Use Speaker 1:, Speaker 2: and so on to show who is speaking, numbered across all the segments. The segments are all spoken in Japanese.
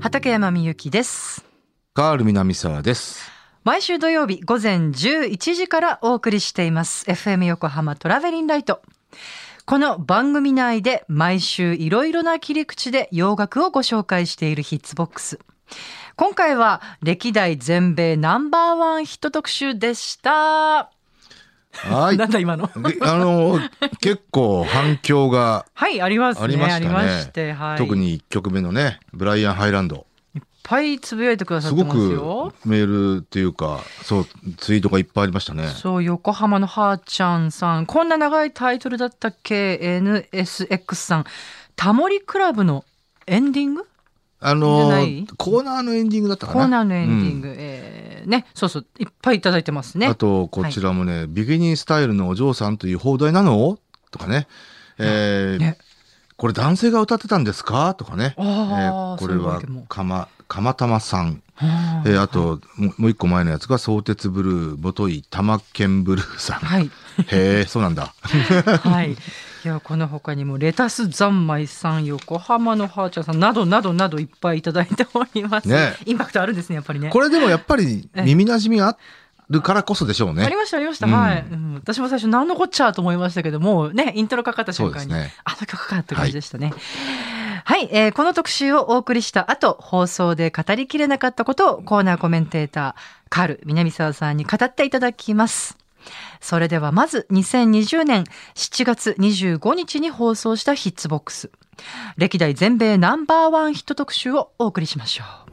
Speaker 1: 畠山みゆきです
Speaker 2: カール南沢です。
Speaker 1: 毎週土曜日午前11時からお送りしています FM 横浜トラベリンライトこの番組内で毎週いろいろな切り口で洋楽をご紹介しているヒッツボックス今回は歴代全米ナンバーワンヒット特集でした、
Speaker 2: はい。
Speaker 1: なんだ今の
Speaker 2: であの結構反響が
Speaker 1: はいありますね
Speaker 2: ありましたね。
Speaker 1: ありまして、はい、
Speaker 2: 特
Speaker 1: いっ
Speaker 2: に一曲目のね、ブライアンハイランド。
Speaker 1: ぱいつぶやいてくださっ
Speaker 2: す
Speaker 1: て
Speaker 2: ご
Speaker 1: ま
Speaker 2: く
Speaker 1: すよ
Speaker 2: メールっていうか、そうツイートがいっぱいありましたね。
Speaker 1: そう横浜のはーちゃんさんこんな長いタイトルだったっけ NSX さんタモリクラブのエンディング
Speaker 2: あの
Speaker 1: じゃない
Speaker 2: コーナーのエンディングだったか
Speaker 1: コ
Speaker 2: な。
Speaker 1: ーナーのエンディン
Speaker 2: グ。
Speaker 1: グ、えーねそうそういっぱいいただいてますね
Speaker 2: あとこちらもね、ビギニースタイルのお嬢さんという放題なのとかね。えー
Speaker 1: ね
Speaker 2: これ男性が歌ってたんですかとかね。
Speaker 1: あー
Speaker 2: えーこれ
Speaker 1: そういうわ
Speaker 2: は
Speaker 1: けも
Speaker 2: かまかまたまさん。
Speaker 1: は
Speaker 2: えーあと、ももう一個前のやつが、相鉄ブルー、ボトイ、玉剣ブルー さん。
Speaker 1: はい
Speaker 2: へえ、そうなんだ。
Speaker 1: はいいやこの他にもレタス三昧さん横浜のはーちゃんさんなどなどなどいっぱいいただいております、
Speaker 2: ね
Speaker 1: インパクトあるんですねやっぱりね
Speaker 2: これでもやっぱり
Speaker 1: ええ
Speaker 2: 耳馴染みあるからこそでしょう
Speaker 1: あ
Speaker 2: ね
Speaker 1: り。ましたありました、
Speaker 2: うん
Speaker 1: はい、うん、私も最初何のこっちゃと思いましたけどもうねイントロかかった瞬間
Speaker 2: そう
Speaker 1: に、
Speaker 2: ですね
Speaker 1: あの曲かって感じでしたねはい、えーこの特集をお送りした後放送で語りきれなかったことをコーナーコメンテーターカール南沢さんに語っていただきますそれではまず2020年7月25日に放送したヒッツボックス歴代全米ナンバーワンヒット特集をお送りしましょう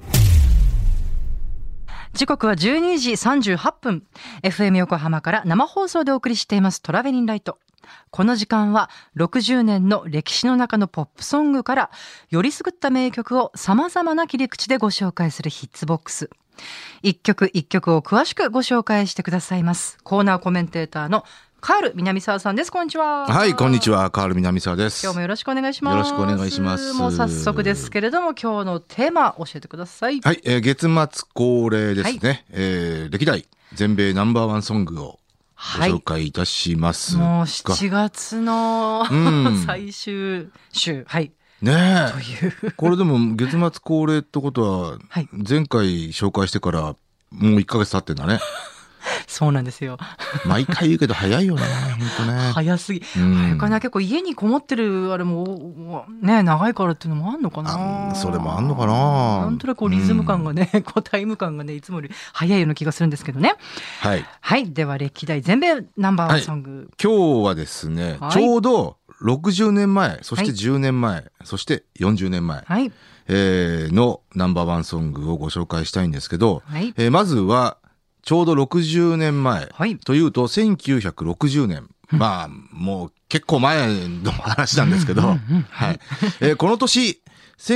Speaker 1: 時刻は12時38分 FM 横浜から生放送でお送りしていますトラベリンライトこの時間は60年の歴史の中のポップソングからよりすぐった名曲をさまざまな切り口でご紹介するヒッツボックス一曲一曲を詳しくご紹介してくださいますコーナーコメンテーターのカール南沢さんですこんにちは
Speaker 2: はい、こんにち
Speaker 1: は
Speaker 2: は、カール南沢です
Speaker 1: 今日。もよろしくお願いします。
Speaker 2: よろしくお願いします
Speaker 1: もう早速ですけれども、今日のテーマ教えてください。
Speaker 2: はい、えー月末恒例ですね、えー歴代全米ナンバーワンソングをご
Speaker 1: はい。
Speaker 2: 紹介いたしますが。
Speaker 1: もう7月の、
Speaker 2: うん
Speaker 1: 最終週、はい、
Speaker 2: ね
Speaker 1: と
Speaker 2: え
Speaker 1: いう。
Speaker 2: これでも月末恒例ってことは
Speaker 1: はい、
Speaker 2: 前回紹介してからもう1ヶ月経ってんだね。
Speaker 1: そうなんですよ。
Speaker 2: 毎回言うけど早いよね、本当ね。
Speaker 1: 早すぎ。
Speaker 2: うん
Speaker 1: 早くない結構家にこもってるあれもおおね長いからっていうのもあんのか
Speaker 2: あ
Speaker 1: な
Speaker 2: それもあんのかな
Speaker 1: なんとなくこうリズム感がね、こうタイム感がねいつもより早いような気がするんですけどね
Speaker 2: はい。
Speaker 1: はいでは歴代全米ナンバーワンソング、
Speaker 2: 今日はですね、
Speaker 1: はい
Speaker 2: ちょうど60年前、そし
Speaker 1: はい
Speaker 2: て10年前、そして40年前、
Speaker 1: はい
Speaker 2: えーのナンバーワンソングをご紹介したいんですけど、
Speaker 1: はい
Speaker 2: えーまずは、ちょうど60年前、
Speaker 1: はい
Speaker 2: というと1960年、まあ、もう結構前の話なんですけど、はい。えーこの年、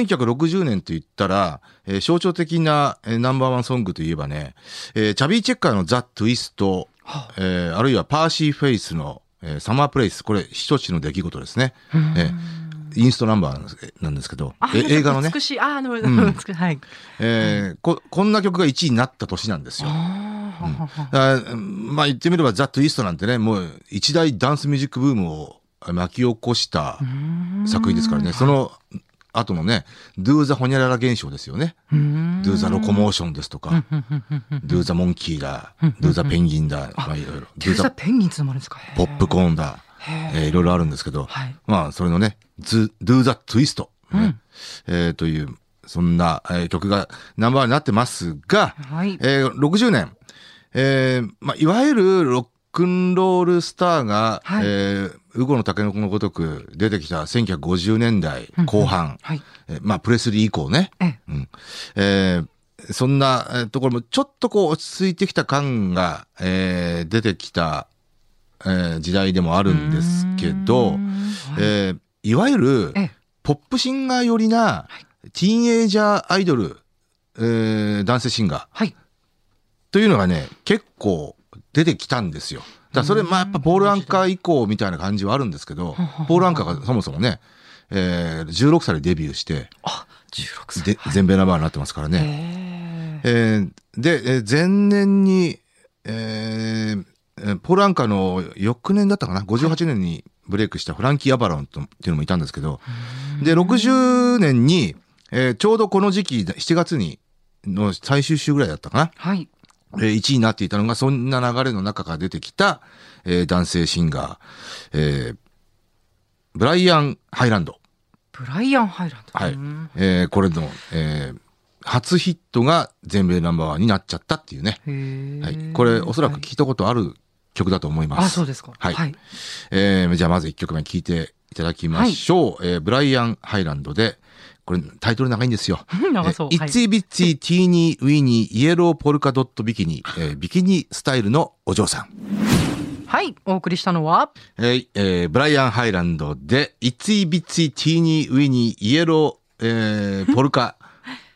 Speaker 2: 1960年と言ったら、えー象徴的な、えーナンバーワンソングといえばね、えーチャビー・チェッカーのザ・トゥイスト、
Speaker 1: はあ
Speaker 2: えーあるいはパーシー・フェイスの、えーサマープレイス、これ、一つの出来事ですね。
Speaker 1: うん
Speaker 2: えーインストナンバーなんですなんですけど、え映画のね、
Speaker 1: 美しい、ああの、
Speaker 2: ん
Speaker 1: 美しいはい。
Speaker 2: えーこ、こんな曲が1位になった年なんですよ。
Speaker 1: あー
Speaker 2: あーまあ言ってみればザ・トゥイストなんてね、もう一大ダンスミュージックブームを巻き起こした作品ですからね、その後のね、ドゥ・ザ・ホニャララ現象ですよね。
Speaker 1: うーん
Speaker 2: ドゥ・ザ・ロコモーションですとか、ドゥ・ザ・モンキーだ、ドゥ・ザ・ペンギンだ、まあいろいろ、
Speaker 1: デュ
Speaker 2: ドゥ・
Speaker 1: ーザ
Speaker 2: ザ・
Speaker 1: ペンギンズもあるんですか。へー
Speaker 2: ポップコーンだ、
Speaker 1: へー
Speaker 2: えーいろいろあるんですけど、
Speaker 1: はい。
Speaker 2: まあそれのね、ズドゥ・ザ・トゥイスト、ねえーという、そんな、えー曲がナンバーワンになってますが、
Speaker 1: はい。
Speaker 2: えー60年、えーまあ、いわゆるロックンロールスターが、
Speaker 1: はい
Speaker 2: えーウゴのタケノコのごとく出てきた1950年代後半、
Speaker 1: はい。
Speaker 2: えーまあ、プレスリー以降ね、
Speaker 1: ええ、
Speaker 2: うんえーそんなえーところもちょっとこう落ち着いてきた感が、えー出てきた、えー時代でもあるんですけ
Speaker 1: うー
Speaker 2: ど、
Speaker 1: んはい
Speaker 2: えーいわゆる
Speaker 1: ええ
Speaker 2: ポップシンガー寄りなティーンエイジャーアイドル、えー男性シンガー、
Speaker 1: はい。
Speaker 2: というのがね、結構出てきたんですよ。だからそれ、まあやっぱポールアンカー以降みたいな感じはあるんですけど、ポールアンカーがそもそもね、えー、16歳でデビューして、
Speaker 1: あ、十六歳。
Speaker 2: で全米ナンバーになってますから
Speaker 1: へ
Speaker 2: ね。
Speaker 1: ー
Speaker 2: えーで、えー前年に、えーえーポールアンカーの翌年だったかな、58年にブレイクしたフランキー・アバロンとっていうのもいたんですけど、で、60年に、えーちょうどこの時期、7月に、の最終週ぐらいだったかな。
Speaker 1: はい。
Speaker 2: えー1位になっていたのが、そんな流れの中から出てきた、えー男性シンガー、えーブライアン・ハイランド。
Speaker 1: ブライアン・ハイランド。。
Speaker 2: はいう
Speaker 1: ん
Speaker 2: えーこれの、えー初ヒットが全米ナンバーワンになっちゃったっていうね。
Speaker 1: へえ
Speaker 2: はい、これ、おそらく聞いたことある曲だと思います。
Speaker 1: あ、そうですか。
Speaker 2: はい
Speaker 1: はい。
Speaker 2: えーじゃあまず1曲目聴いていただきましょう。えーブライアン・ハイランドで、これタイトル長いんですよ。
Speaker 1: 長そう。
Speaker 2: えー
Speaker 1: は
Speaker 2: イッ
Speaker 1: い
Speaker 2: ツイビッツィティーニーウィニーイエローポルカドットビキニ、えービキニスタイルのお嬢さん。
Speaker 1: はい。お送りしたのは、
Speaker 2: えーえーブライアン・ハイランドで、イッツイビッツィティーニーウィニーイエロー、え ーポルカ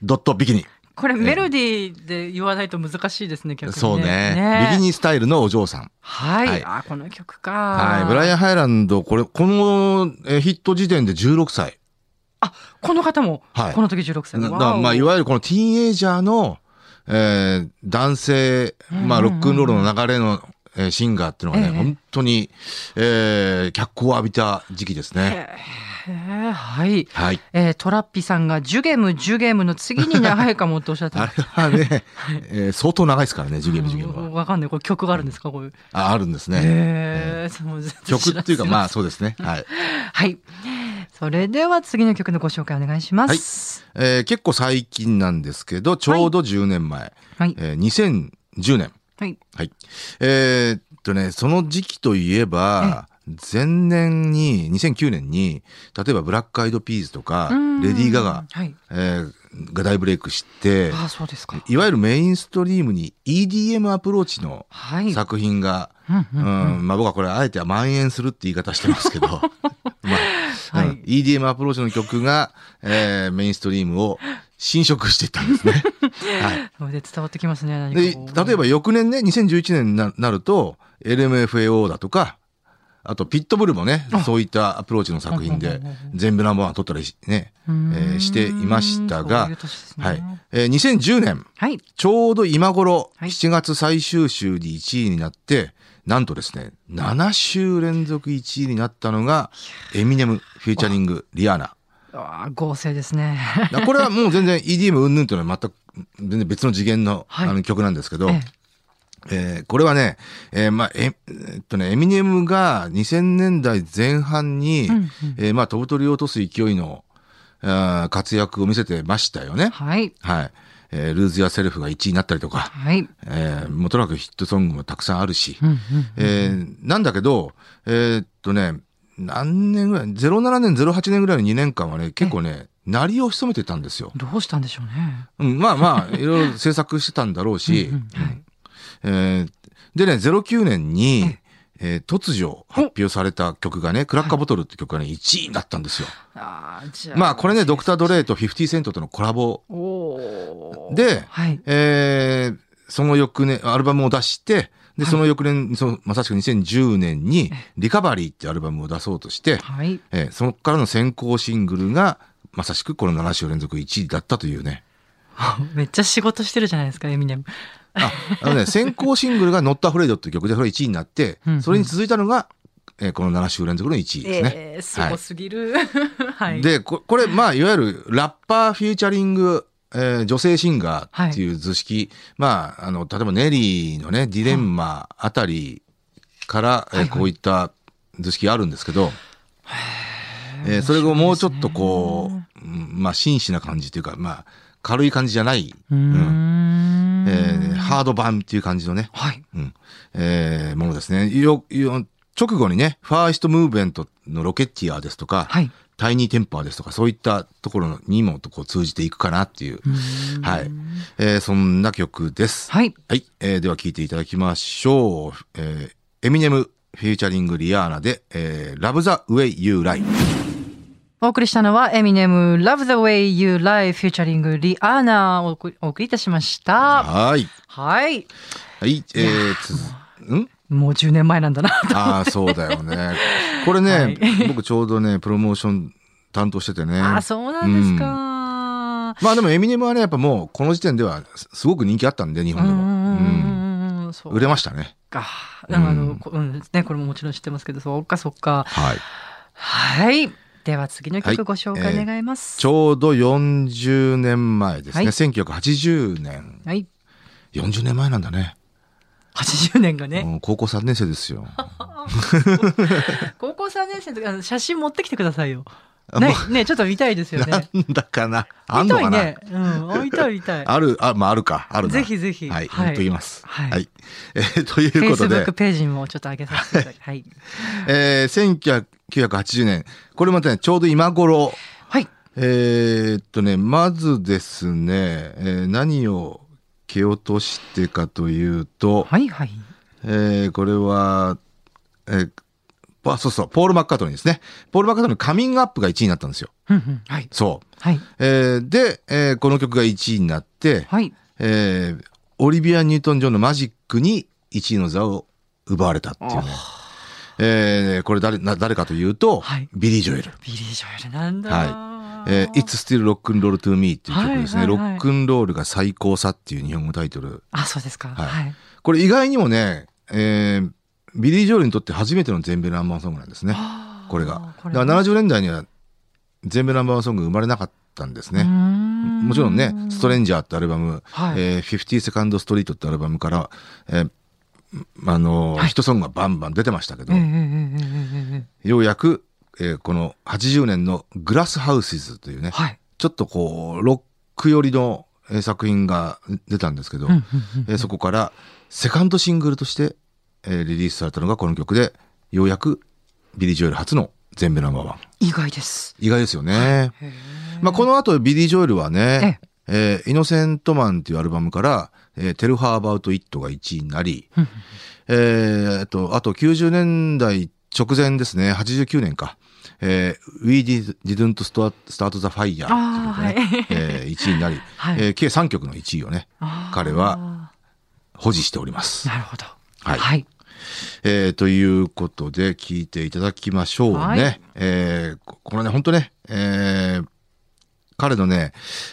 Speaker 2: ドットビキニ。
Speaker 1: これメロディーで言わないと難しいですね、逆にね。
Speaker 2: そうねビキニスタイルのお嬢さん。
Speaker 1: はい。
Speaker 2: はい
Speaker 1: あ、この曲か。
Speaker 2: はい。ブライ
Speaker 1: ン。
Speaker 2: アン・ハイランド、これ、このえーヒット時点で16歳。
Speaker 1: この方も、
Speaker 2: はい
Speaker 1: この時16歳。
Speaker 2: なだ
Speaker 1: わお
Speaker 2: まあ、いわゆるこのティーンエイジャーの、えー男性、まあ、
Speaker 1: うんう
Speaker 2: ロ
Speaker 1: んうん
Speaker 2: ックンロールの流れの、えーシンガーっていうのがね、
Speaker 1: ええ
Speaker 2: 本当に、えー脚光を浴びた時期ですね。
Speaker 1: へえはい。
Speaker 2: はい。
Speaker 1: えートラッピさんがジュゲムジュゲムの次に長いかもっておっしゃって
Speaker 2: あ
Speaker 1: ま
Speaker 2: れ
Speaker 1: す。
Speaker 2: はね、えー相当長いですからね、ジュゲムジュゲ
Speaker 1: う
Speaker 2: ム
Speaker 1: ん
Speaker 2: は。
Speaker 1: わかんない。これ曲があるんですかこういう。
Speaker 2: あ、あるんですね。
Speaker 1: へえそう全然知らず
Speaker 2: 曲っていうか、まあ、そうですね。はい。
Speaker 1: はい。それでは次の曲のご紹介お願いします。
Speaker 2: えー結構最近なんですけど、ちょうど10年前、
Speaker 1: はい。
Speaker 2: えー2010年。
Speaker 1: はい。
Speaker 2: はい。えーっとね、その時期といえば、前年に、2009年に、例えばブラックアイドピーズとか、
Speaker 1: うん
Speaker 2: レディー・ガガ、
Speaker 1: はい。
Speaker 2: えーが大ブレイクして、
Speaker 1: ああ、そうですか。
Speaker 2: いわゆるメインストリームに EDM アプローチの
Speaker 1: はい。
Speaker 2: 作品が、
Speaker 1: うん
Speaker 2: う
Speaker 1: うん
Speaker 2: ん、まあ僕はこれあえて蔓延するって言い方してま すけど、まあ、
Speaker 1: は
Speaker 2: う
Speaker 1: い
Speaker 2: ん EDM アプローチの曲が、えーメインストリームを侵食していったんですね。はい。
Speaker 1: それで伝わってきますね。何
Speaker 2: で、
Speaker 1: かこう
Speaker 2: 例えば、翌年ね、2011年にななると、LMFAO だとか、あと、ピットブルもね
Speaker 1: あ、
Speaker 2: そういったアプローチの作品で
Speaker 1: うんうんうんうん、
Speaker 2: 全部ナンバーワン取ったりしね、
Speaker 1: うん
Speaker 2: えーしていましたが
Speaker 1: そういう年ですね
Speaker 2: はい。えー2010年、
Speaker 1: はい。
Speaker 2: ちょうど今頃、
Speaker 1: はい
Speaker 2: 7月最終週に1位になって、なんとですね、7週連続1位になったのが、エミネム、フューチャリング、リアーナ。
Speaker 1: ああ、合成ですね。
Speaker 2: だからこれはもう全然 EDM 云々というのは全く、全然別の次元の,、
Speaker 1: はい
Speaker 2: あの曲なんですけど、
Speaker 1: ええ
Speaker 2: えーこれはね、えーまあ、え、えーっとね、エミネムが2000年代前半に、
Speaker 1: うんうん
Speaker 2: えーまあ、飛ぶ鳥を落とす勢いの、あー活躍を見せてましたよね。
Speaker 1: はい。
Speaker 2: はい。えールーズ・やセルフが1位になったりとか、
Speaker 1: はい。
Speaker 2: えーもうとなくヒットソングもたくさんあるし、
Speaker 1: うんうん
Speaker 2: えーなんだけど、えーっとね、何年ぐらい、07年、08年ぐらいの2年間はね、結構ね、鳴りを潜めてたんですよ。
Speaker 1: どうしたんでしょうね。
Speaker 2: うん、まあまあ、いろいろ制作してたんだろうし、
Speaker 1: うんうんはい
Speaker 2: えーでね、09年に
Speaker 1: え、
Speaker 2: えー突如発表された曲がね、クラッカーボトルって曲がね、1位になったんですよ。
Speaker 1: ああ、じゃあ。
Speaker 2: まあ、これね、ドクター・ドレイと50セントとのコラボ
Speaker 1: おお。
Speaker 2: で
Speaker 1: はい。
Speaker 2: えーその翌年、アルバムを出して、で、その翌年、そのまさしく2010年に、リカバリーってアルバムを出そうとして、
Speaker 1: はい。
Speaker 2: えーそこからの先行シングルが、まさしくこの7週連続1位だったというね。
Speaker 1: めっちゃ仕事してるじゃないですか、エミネム。
Speaker 2: あ、あのね、先行シングルが Not Afraid っていう曲で、それ1位になって
Speaker 1: うんう、ん
Speaker 2: それに続いたのが、えーこの7週連続の1位ですね。
Speaker 1: ええすごすぎる。 はい。
Speaker 2: でここれまあいわゆるラッパーフューチャリング、えー女性シンガーっていう図式、まああの例えばネリーのね「ディレンマ」あたりから、
Speaker 1: はい
Speaker 2: え
Speaker 1: は
Speaker 2: ー
Speaker 1: い
Speaker 2: こういった図式があるんですけど、えーそれをもうちょっとこう、うんまあ真摯な感じというかまあ軽い感じじゃない、
Speaker 1: うーん。
Speaker 2: えーハード版っていう感じのね、
Speaker 1: はい。
Speaker 2: うんえーものですね。よよ直後にね、ファーストムーブメントのロケッティアーですとか、
Speaker 1: はい。
Speaker 2: タイニーテンパーですとか、そういったところにもこう通じていくかなっていう、
Speaker 1: うーん
Speaker 2: はい。えーそんな曲です。
Speaker 1: はい。
Speaker 2: はい。えーでは聴いていただきましょう。えーエミネム、フューチャリング、リアーナで、えー、Love the Way You Lie。
Speaker 1: お送りしたのは、エミネム、Love the way you lie, フューチャリング、リアーナをお送りお送りいたしました。
Speaker 2: はい。
Speaker 1: はい。
Speaker 2: はい。えー、つづん
Speaker 1: もう10年前なんだな。
Speaker 2: ああ、そうだよね。これね、
Speaker 1: はい
Speaker 2: 僕ちょうどね、プロモーション担当しててね。
Speaker 1: あ、そうなんですか。
Speaker 2: まあでもエミネムはね、やっぱもうこの時点ではすすごく人気あったんで、日
Speaker 1: う
Speaker 2: 本
Speaker 1: ん
Speaker 2: で
Speaker 1: う
Speaker 2: も。うん
Speaker 1: んうん。そ
Speaker 2: 売
Speaker 1: う
Speaker 2: れましたね。
Speaker 1: か。
Speaker 2: うん
Speaker 1: なんかあの、こうん、ね、これももちろん知ってますけど、そっかそっか。
Speaker 2: はい。
Speaker 1: はい。では次の
Speaker 2: はい
Speaker 1: 曲ご紹介願います。
Speaker 2: ちょうど40年前ですね。
Speaker 1: はい
Speaker 2: 1980年。
Speaker 1: はい。
Speaker 2: 40年前なんだね。
Speaker 1: 80年がね、
Speaker 2: うん高校3年生ですよ。
Speaker 1: 高校3年生の時あの写真持ってきてくださいよ。
Speaker 2: あ
Speaker 1: ね
Speaker 2: も、
Speaker 1: ね、ちょっと見たいですよ
Speaker 2: う な
Speaker 1: ね。
Speaker 2: んだかな。 あん
Speaker 1: 見
Speaker 2: の
Speaker 1: たい
Speaker 2: かな、
Speaker 1: ね。うん、あ見たい見たい。
Speaker 2: ある、あ、まあ、あるか。あるな。
Speaker 1: ぜひぜひ。
Speaker 2: はい。持ってきます。
Speaker 1: はい
Speaker 2: はい。えーということで
Speaker 1: Facebook、ページにもちょっと上げさせていただきはい。
Speaker 2: えー、1980年。これまたね、ちょうど今頃。
Speaker 1: はい。
Speaker 2: えーっとね、まずですね、えー何を蹴落としてかというと、
Speaker 1: はいはい。
Speaker 2: えーこれは、えーあそうそう、ポール・マッカートニーですね。ポール・マッカートニーのカミングアップが1位になったんですよ。
Speaker 1: うんうんはい。
Speaker 2: そう。
Speaker 1: はい。
Speaker 2: えーで、えーこの曲が1位になって、
Speaker 1: はい。
Speaker 2: えーオリビア・ニュートン・ジョンのマジックに1位の座を奪われたっていうね。えーこれ誰な誰かというと、
Speaker 1: はい
Speaker 2: ビリー・ジョエル。
Speaker 1: ビリー・ジョエルなんだ。
Speaker 2: はいえー、It's Still Rock and Roll to Me っていう曲ですね、
Speaker 1: はいはいはい
Speaker 2: ロックンロールが最高さっていう日本語タイトル。
Speaker 1: あ、そうですか。
Speaker 2: はい
Speaker 1: はい。
Speaker 2: これ意外にもね、えービリー・ジョールにとって初めての全米ナンバーソングなんですね。だか
Speaker 1: あー
Speaker 2: これが
Speaker 1: これ
Speaker 2: ら70年代には全米ナンバーソング生まれなかったんですね。も
Speaker 1: も
Speaker 2: ちろんね、ストレンジャーってアルバム、
Speaker 1: はい
Speaker 2: えー、50 Second Street ってアルバムから、えーあのー
Speaker 1: はい
Speaker 2: ヒットソングがバンバン出てましたけど、
Speaker 1: ええええええええ
Speaker 2: ようやく、えーこの80年のグラスハウシズというね、
Speaker 1: はい。
Speaker 2: ちょっとこう、ロック寄りのえー作品が出たんですけど、
Speaker 1: うんうんうん
Speaker 2: えーそこからセカンドシングルとして、えーリリースされたのがこの曲で、ようやくビリー・ジョエル初の全米ナンバーワン。
Speaker 1: 意外です。
Speaker 2: 意外ですよね。
Speaker 1: へえ
Speaker 2: まあ、この後ビリー・ジョエルはね、えーイノセントマンっていうアルバムから、えー、テルハー・アバウト・イットが1位になり、
Speaker 1: うんうん
Speaker 2: えー、あと、あと90年代直前ですね、89年か、えー、We Did- Didn't Start Start the Fire っていう
Speaker 1: あ
Speaker 2: 曲が
Speaker 1: ー
Speaker 2: ね、
Speaker 1: はい
Speaker 2: えー1位になり、
Speaker 1: はい
Speaker 2: えー計3曲の1位をね、
Speaker 1: あー
Speaker 2: 彼は保持しております。
Speaker 1: なるほど。
Speaker 2: はい
Speaker 1: はい。
Speaker 2: えーということで聞いていただきましょうね。
Speaker 1: はい
Speaker 2: えーここれね本当ね、えー彼のね、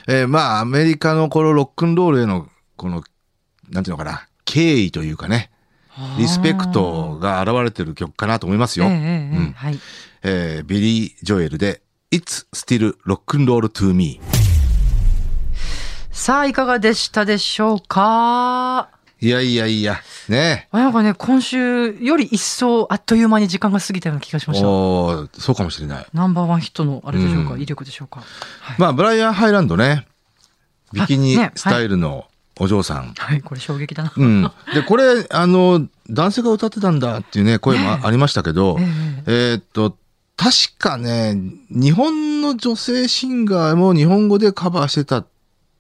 Speaker 2: えーまあアメリカのこのロックンロールへのこのなんていうのかな敬意というかねリスペクトが現れてる曲かなと思いますよ。
Speaker 1: ええ
Speaker 2: え
Speaker 1: ええええ
Speaker 2: うん
Speaker 1: はい。
Speaker 2: ービリー・ジョエルで「It's Still Rock and Roll to Me
Speaker 1: さあ、いかがでしたでしょうか」。
Speaker 2: いやいやいやね
Speaker 1: あなんかね、今週より一層あっという間に時間が過ぎたような気がしました。
Speaker 2: おーそうかもしれない。
Speaker 1: ナンバーワンヒットのあれでしょうか、
Speaker 2: うん
Speaker 1: 威力でしょうか。はい。
Speaker 2: まあブライアン・ハイランドねビキニ
Speaker 1: あね
Speaker 2: スタイルのお嬢さん。
Speaker 1: はい、これ衝撃だな。
Speaker 2: うん、でこれあの男性が歌ってたんだっていうね声もあありましたけど、
Speaker 1: え
Speaker 2: えーっと確かね日本の女性シンガーも日本語でカバーしてたん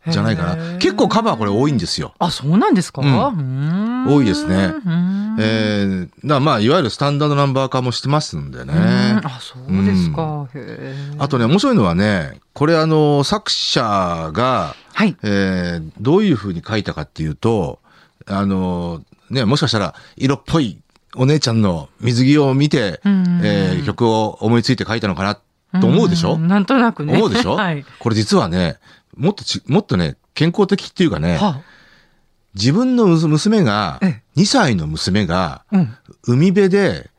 Speaker 1: え
Speaker 2: じゃないかな結構カバーこれ多いん
Speaker 1: す。
Speaker 2: ですよ。
Speaker 1: あ、そうなんですか、
Speaker 2: うん
Speaker 1: ん
Speaker 2: 多いですね
Speaker 1: うん
Speaker 2: えー、だからまあいわゆるスタンダードナンバー化もしてますんでね。
Speaker 1: うんあ、そうですか。へえ
Speaker 2: あとね面白いのはねこれあの作者が、
Speaker 1: はい。
Speaker 2: えーどういうふうに書いたかっていうとあのねもしかしたら色っぽいお姉ちゃんの水着を見て、
Speaker 1: うん
Speaker 2: えー曲を思いついて書いたのかなと思うでしょ、
Speaker 1: んなんとなくね。
Speaker 2: 思うでしょ、
Speaker 1: はい。
Speaker 2: これ実はね、もっとち、もっとね、健康的っていうかね、
Speaker 1: は
Speaker 2: 自分の娘娘が
Speaker 1: え、
Speaker 2: 2歳の娘が、
Speaker 1: あ、うん。
Speaker 2: 海辺で、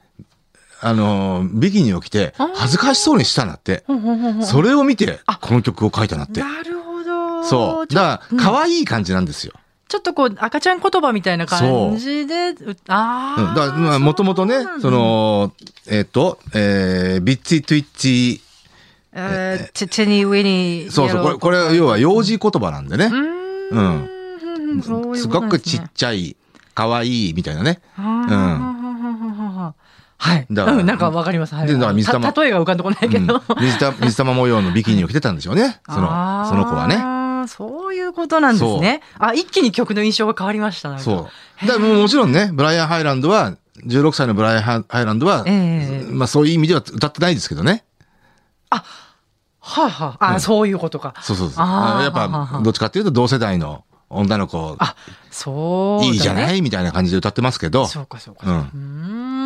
Speaker 2: あのー、ビキニを着て
Speaker 1: あー、
Speaker 2: 恥ずかしそうにしたなって。
Speaker 1: ほんほんほんほん
Speaker 2: それを見て
Speaker 1: あ、
Speaker 2: この曲を書いたなって。
Speaker 1: なるほど。
Speaker 2: そう。
Speaker 1: ちょ
Speaker 2: だから、可愛い感じなんですよ。
Speaker 1: ちょっとこう、赤ちゃん言葉みたいな感じで、うあ
Speaker 2: う
Speaker 1: あ。
Speaker 2: ん、だから、まあ、もともと
Speaker 1: う
Speaker 2: ね
Speaker 1: なんだ、
Speaker 2: そ、の、えっ、と、えー、ビッチトゥイッチ、
Speaker 1: えー、チェチェニー・ウィニー。
Speaker 2: そうそう、これ、これは要は幼児言葉なんでね。
Speaker 1: う
Speaker 2: う
Speaker 1: ー
Speaker 2: ん
Speaker 1: ん。そういうことなんですね
Speaker 2: すごくちっちゃい、可愛いみたいなね。
Speaker 1: あーはい。
Speaker 2: だから
Speaker 1: うん、なんかわかります。はい。
Speaker 2: でだから水玉
Speaker 1: た例えが浮かんでこないけ
Speaker 2: うん
Speaker 1: ど。
Speaker 2: 水た水玉模様のビキニを着てたんでしょうね。そ
Speaker 1: あ
Speaker 2: の、
Speaker 1: ー
Speaker 2: その子はね。。
Speaker 1: そういうことなんですね。あ、一気に曲の印象が変わりました。なんか
Speaker 2: そう。だからもうもちろんね、ブライアン・ハイランドは、16歳のブライアン・ハイランドは、
Speaker 1: ええ
Speaker 2: まあそういう意味では歌ってないですけどね。
Speaker 1: はあ、はあ、あ、
Speaker 2: うん
Speaker 1: そういうことか。
Speaker 2: そうそうそう。
Speaker 1: あー
Speaker 2: やっぱ、どっちかっていうと同世代の女の子、
Speaker 1: あ、そう、ね。
Speaker 2: いいじゃないいみたいな感じで歌ってますけど。
Speaker 1: そうか、そうか。
Speaker 2: う。
Speaker 1: うんーん。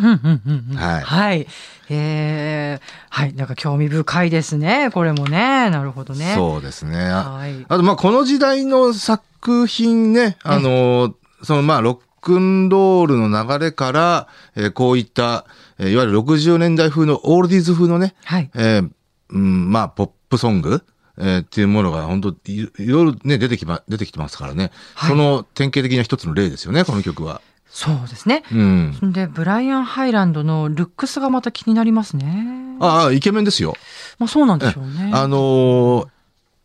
Speaker 1: ふんふんふんふん
Speaker 2: はい
Speaker 1: はい。えー、はい。なんか興味深いですね。これもね。なるほどね。
Speaker 2: そうですね。あ
Speaker 1: はい。
Speaker 2: あと、まあ、この時代の作品ね、あの、その、まあ、ロックンロールの流れから、えーこういった、えーいわゆる60年代風のオールディーズ風のね、
Speaker 1: はい。
Speaker 2: えーうん、まあ、ポップソング、えーっていうものが本当いいろいろね、出てきま、出てきてますからね。
Speaker 1: はい
Speaker 2: その典型的な一つの例ですよね、この曲は。
Speaker 1: そうですね。
Speaker 2: うん。
Speaker 1: で、ブライアン・ハイランドのルックスがまた気になりますね。
Speaker 2: ああ、イケメンですよ。
Speaker 1: まあそうなんでしょうね。
Speaker 2: あのー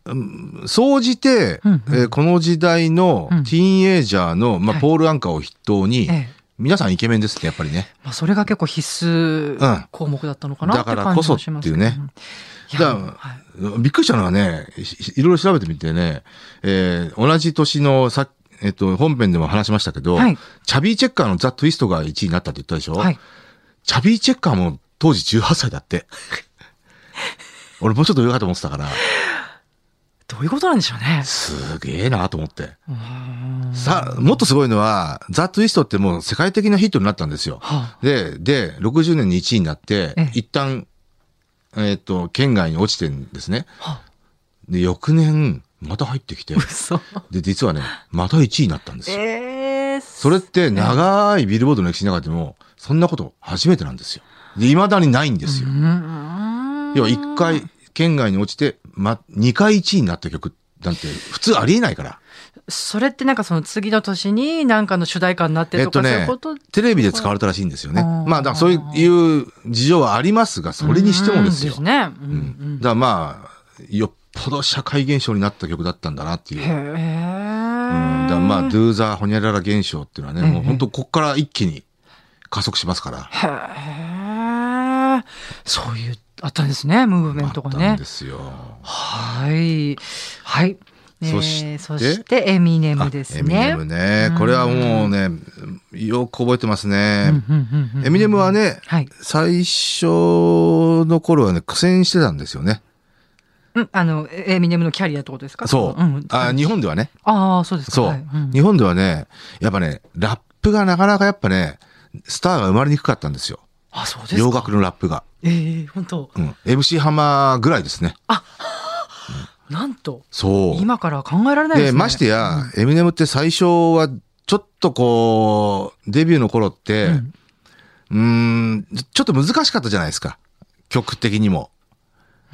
Speaker 2: うん総じて、
Speaker 1: うんうん
Speaker 2: えーこの時代の
Speaker 1: うん
Speaker 2: ティーンエイジャーの、ま
Speaker 1: は
Speaker 2: あ、
Speaker 1: い
Speaker 2: ポール・アンカーを筆頭に、
Speaker 1: ええ
Speaker 2: 皆さんイケメンですね、やっぱりね。
Speaker 1: まあ、それが結構必
Speaker 2: うん
Speaker 1: 須項目だったのかなって感じもしますけど
Speaker 2: だからこ
Speaker 1: い
Speaker 2: ってい
Speaker 1: や
Speaker 2: うねだ
Speaker 1: はい
Speaker 2: びっくりしたのはね、いいろいろ調べてみてね、えー同じ年のさ、えっと、本編でも話しましたけど、
Speaker 1: はい
Speaker 2: チャビーチェッカーのザ・トゥイストが1位になったって言ったでしょ、
Speaker 1: はい。
Speaker 2: チャビーチェッカーも当時18歳だって。俺もうちょっと上かと思ってたから、
Speaker 1: どういうことなんでしょうね。
Speaker 2: すげえなと思って。
Speaker 1: うーん
Speaker 2: さあ、もっとすごいのは、ザ・トゥイストってもう世界的なヒットになったんですよ。
Speaker 1: はあ
Speaker 2: で、で、60年に1位になって
Speaker 1: ええ、
Speaker 2: 一旦、えっ、と、県外に落ちてんですね。
Speaker 1: は
Speaker 2: で、翌年、また入ってきて、
Speaker 1: 嘘。
Speaker 2: で、実はね、また1位になったんですよ。
Speaker 1: ええ
Speaker 2: それって長いビルボードの歴史の中でも、そんなこと初めてなんですよ。で、未だにないんですよ。要は1回、県外に落ちて、ま、2回1位になった曲なんて、普通ありえないから。
Speaker 1: それってなんかその次の年に何かの主題歌になって
Speaker 2: えっ
Speaker 1: とか、そ
Speaker 2: と
Speaker 1: ういう
Speaker 2: ね
Speaker 1: こと、
Speaker 2: テレビで使われたらしいんですよね。
Speaker 1: うん
Speaker 2: まあ、だからそういう事情はありますが、それにしてもですよ。
Speaker 1: うんね。う
Speaker 2: うん
Speaker 1: ん
Speaker 2: だからまあ、よっぽど社会現象になった曲だったんだなって
Speaker 1: うん
Speaker 2: い
Speaker 1: へ
Speaker 2: う。
Speaker 1: え
Speaker 2: うん、だからまあ、ドゥーザーホニャララ現象っていうのはね、
Speaker 1: ええ
Speaker 2: もう本当ここから一気に加速しますから。
Speaker 1: へえそういう、あったんですね、ムーブメントが
Speaker 2: あったん
Speaker 1: ね
Speaker 2: で。すよ。
Speaker 1: はい。はい。えー
Speaker 2: そして
Speaker 1: そしてエミネムですね。
Speaker 2: あエミネムね。これはもうね、よく覚えてますね。エミネムは
Speaker 1: ね、
Speaker 2: ね、
Speaker 1: はい。
Speaker 2: 最初の頃はね、苦戦してたんですよね。
Speaker 1: うん、あの、エエミネムのキャリアってことですか
Speaker 2: そう。
Speaker 1: ん、
Speaker 2: あ日本ではね。
Speaker 1: ああ、そうですか。
Speaker 2: そう、
Speaker 1: はいん
Speaker 2: 日本ではね、やっぱね、ラップがなかなかやっぱね、スターが生まれにくかったんですよ。
Speaker 1: あ、そうですか。
Speaker 2: 洋楽のラップが。
Speaker 1: ええ本当。
Speaker 2: うん。MC ハマーぐらいですね。
Speaker 1: なんと、
Speaker 2: そう。
Speaker 1: 今からは考えられない
Speaker 2: で
Speaker 1: ですね。
Speaker 2: ましてや、エミネムって最初は、ちょっとこう、デビューの頃って、
Speaker 1: う
Speaker 2: うんーん、ちょっと難しかったじゃないですか。曲的にも。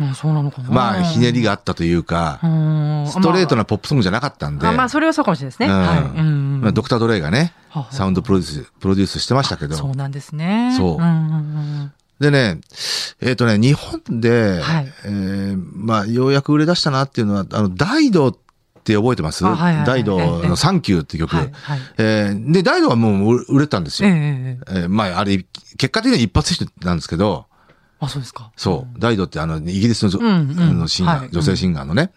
Speaker 1: うん、まあ、そうなのかな。
Speaker 2: まあ、ひねりがあったというか、
Speaker 1: うん、
Speaker 2: ストレート
Speaker 1: な
Speaker 2: なポップソングじゃなかったんで、
Speaker 1: まあ、まあ、それはそうかもしれないですね。
Speaker 2: うん
Speaker 1: はい。うんうん
Speaker 2: まあドクター・ドレイがね、
Speaker 1: はあ
Speaker 2: サウンドプロデュース、プロデュースしてましたけど、
Speaker 1: そうなんですね。
Speaker 2: そうん
Speaker 1: ん
Speaker 2: でね、えっ、とね、日本で、
Speaker 1: はい
Speaker 2: えーまあ、ようやく売れ出したなっていうのは、あの、ダイドって覚えてます、
Speaker 1: あはいはいはい
Speaker 2: ダイド
Speaker 1: ええ
Speaker 2: のサンキューっていう曲。
Speaker 1: はい。はい。
Speaker 2: えーで、ダイドはもう売れたんです
Speaker 1: ええ
Speaker 2: よ。
Speaker 1: ええ
Speaker 2: えーまあ、あれ、結果的には一発ヒットなんですけど、
Speaker 1: あ、そうですか。
Speaker 2: そう、ダイドってあの、イギリスの,、
Speaker 1: うんうん
Speaker 2: あのシンガー、
Speaker 1: はい
Speaker 2: 女性シンガーのね、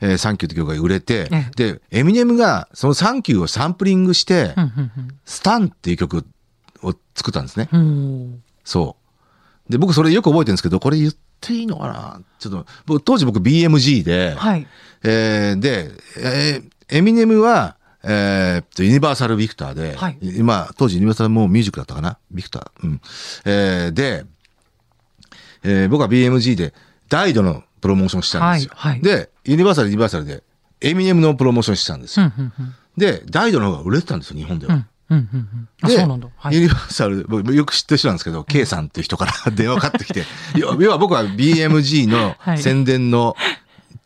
Speaker 2: えーサンキューって曲が売れて、
Speaker 1: え
Speaker 2: で、エミネムがそのサンキューをサンプリングして、
Speaker 1: うん。うん
Speaker 2: スタンっていう曲を作ったんですね。
Speaker 1: うんうん。うん
Speaker 2: そう。で、僕それよく覚えてるんですけど、これ言っていいのかなちょっと、僕当時僕 BMG で、
Speaker 1: はい。
Speaker 2: えーで、えーエミネムは、えーっと、ユニバーサル・ビクターで、
Speaker 1: はい
Speaker 2: 今、当時ユニバーサルもうミュージックだったかなビクター。うん。えーで、えー僕は BMG で、ダイドのプロモーションしたんですよ。
Speaker 1: はいはい
Speaker 2: で、ユニバーサル、ユニバーサルで、エミネムのプロモーションしたんです
Speaker 1: うん
Speaker 2: よ。
Speaker 1: うんうん。
Speaker 2: で、ダイドの方が売れてたんですよ、日本では。
Speaker 1: うんうんうんうん。あ、
Speaker 2: で
Speaker 1: そうなんだ。は
Speaker 2: ユ
Speaker 1: い。
Speaker 2: ニバーサル、僕よく知ってる人なんですけど、K さんっていう人から 電話かかってきて、要要は僕は BMG の
Speaker 1: はい
Speaker 2: 宣伝の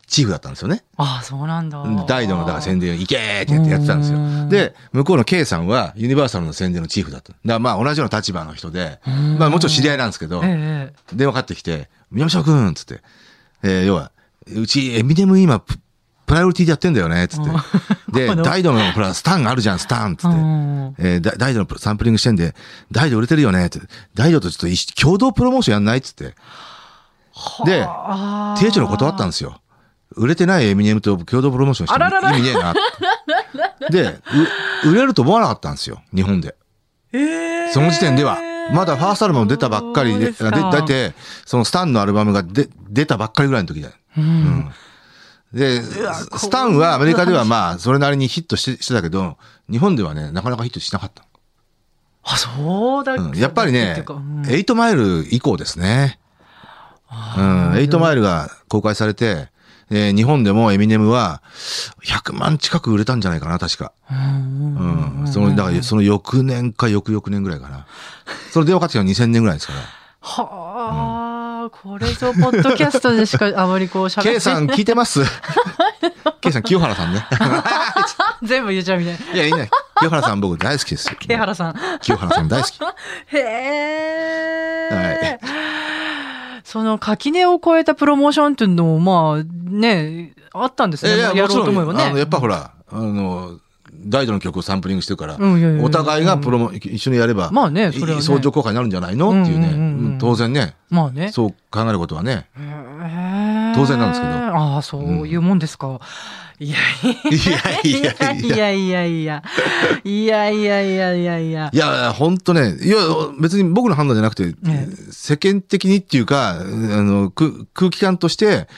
Speaker 2: チーフだったんですよね。
Speaker 1: ああ、そうなんだ。
Speaker 2: 大ドのだから宣伝をいけーってやってやってたんです
Speaker 1: う
Speaker 2: よ
Speaker 1: ん。
Speaker 2: で、向こうの K さんはユニバーサルの宣伝のチーフだった。だからまあ同じような立場の人で、
Speaker 1: ん
Speaker 2: まあもちろん知り合いなんですけど、
Speaker 1: ええ
Speaker 2: 電話かかってきて、宮本くんっつって、えー要は、うちエミネム今プ、プライオリティでやってんだよねっつって。
Speaker 1: こ
Speaker 2: で、
Speaker 1: の
Speaker 2: ダイドのほら、スタンがあるじゃん、スタンっつ
Speaker 1: う
Speaker 2: って。
Speaker 1: ん。
Speaker 2: えーダダイドのプロサンプリングしてんで、ダイド売れてるよねって、ダイドとちょっと一共同プロモーションやんないっつって、で
Speaker 1: はあ
Speaker 2: 丁重の断ったんですよ。売れてないエミネムと共同プロモーションして
Speaker 1: あららら
Speaker 2: も意味ねえなって。で、う売れると思わなかったんですよ、日本で。
Speaker 1: ええ
Speaker 2: その時点では。まだファーストアルバム出たばっかりで、で
Speaker 1: そうすか
Speaker 2: だいたい、そのスタンのアルバムが出出たばっかりぐらいの時だよ。
Speaker 1: うん。
Speaker 2: で、
Speaker 1: わ
Speaker 2: ス
Speaker 1: こう
Speaker 2: スタンはアメリカではまあ、それなりにヒットしてしてたけど、日本ではね、なかなかヒットしなかった。
Speaker 1: あ、そうだ
Speaker 2: うんやっぱり
Speaker 1: ってい
Speaker 2: ね
Speaker 1: うかうん、
Speaker 2: エイトマイル以降ですね。うん、エイトマイルが公開されて、えー日本でもエミネムは100万近く売れたんじゃないかな、確か。うん。その、だからその翌年か翌々年ぐらい かな。その電話かかってきたの2000年ぐらいですから。
Speaker 1: はあ、これぞポッドキャストでしかあまりこう喋
Speaker 2: K
Speaker 1: って
Speaker 2: さん聞いてます ?K さん、清原さ んね。
Speaker 1: 全部言っちゃうみたいな。
Speaker 2: いや、いいね。清原さん僕大好きです よ。
Speaker 1: ケ原さん。
Speaker 2: 清原さ ん大好き。
Speaker 1: へえ。その垣根を越えたプロモーションっていうのも、まあ、ね、あったんですね。
Speaker 2: いや
Speaker 1: やろうと思えば
Speaker 2: もちろんあの
Speaker 1: ね
Speaker 2: やっ。ぱほら、あの、大ドの曲をサンプリングしてるから、
Speaker 1: うんいやいやいや
Speaker 2: お互いがプロも一緒にやれば、
Speaker 1: まあねそれはね
Speaker 2: いい相乗効果になるんじゃないのっていうね、
Speaker 1: うんうんうんうん
Speaker 2: うん当然ね、
Speaker 1: まあね。
Speaker 2: そう考えることはね。
Speaker 1: へー
Speaker 2: 当然なんですけど
Speaker 1: ああ、そういうもんですか。いや
Speaker 2: い
Speaker 1: い
Speaker 2: やいや
Speaker 1: や
Speaker 2: い
Speaker 1: い
Speaker 2: や。
Speaker 1: やいやいやいやいやいやいやいや
Speaker 2: いや、ほんとね、いや、別に僕の判断じゃなくて、
Speaker 1: え
Speaker 2: 世間的にっていうか、あの、く空気感として、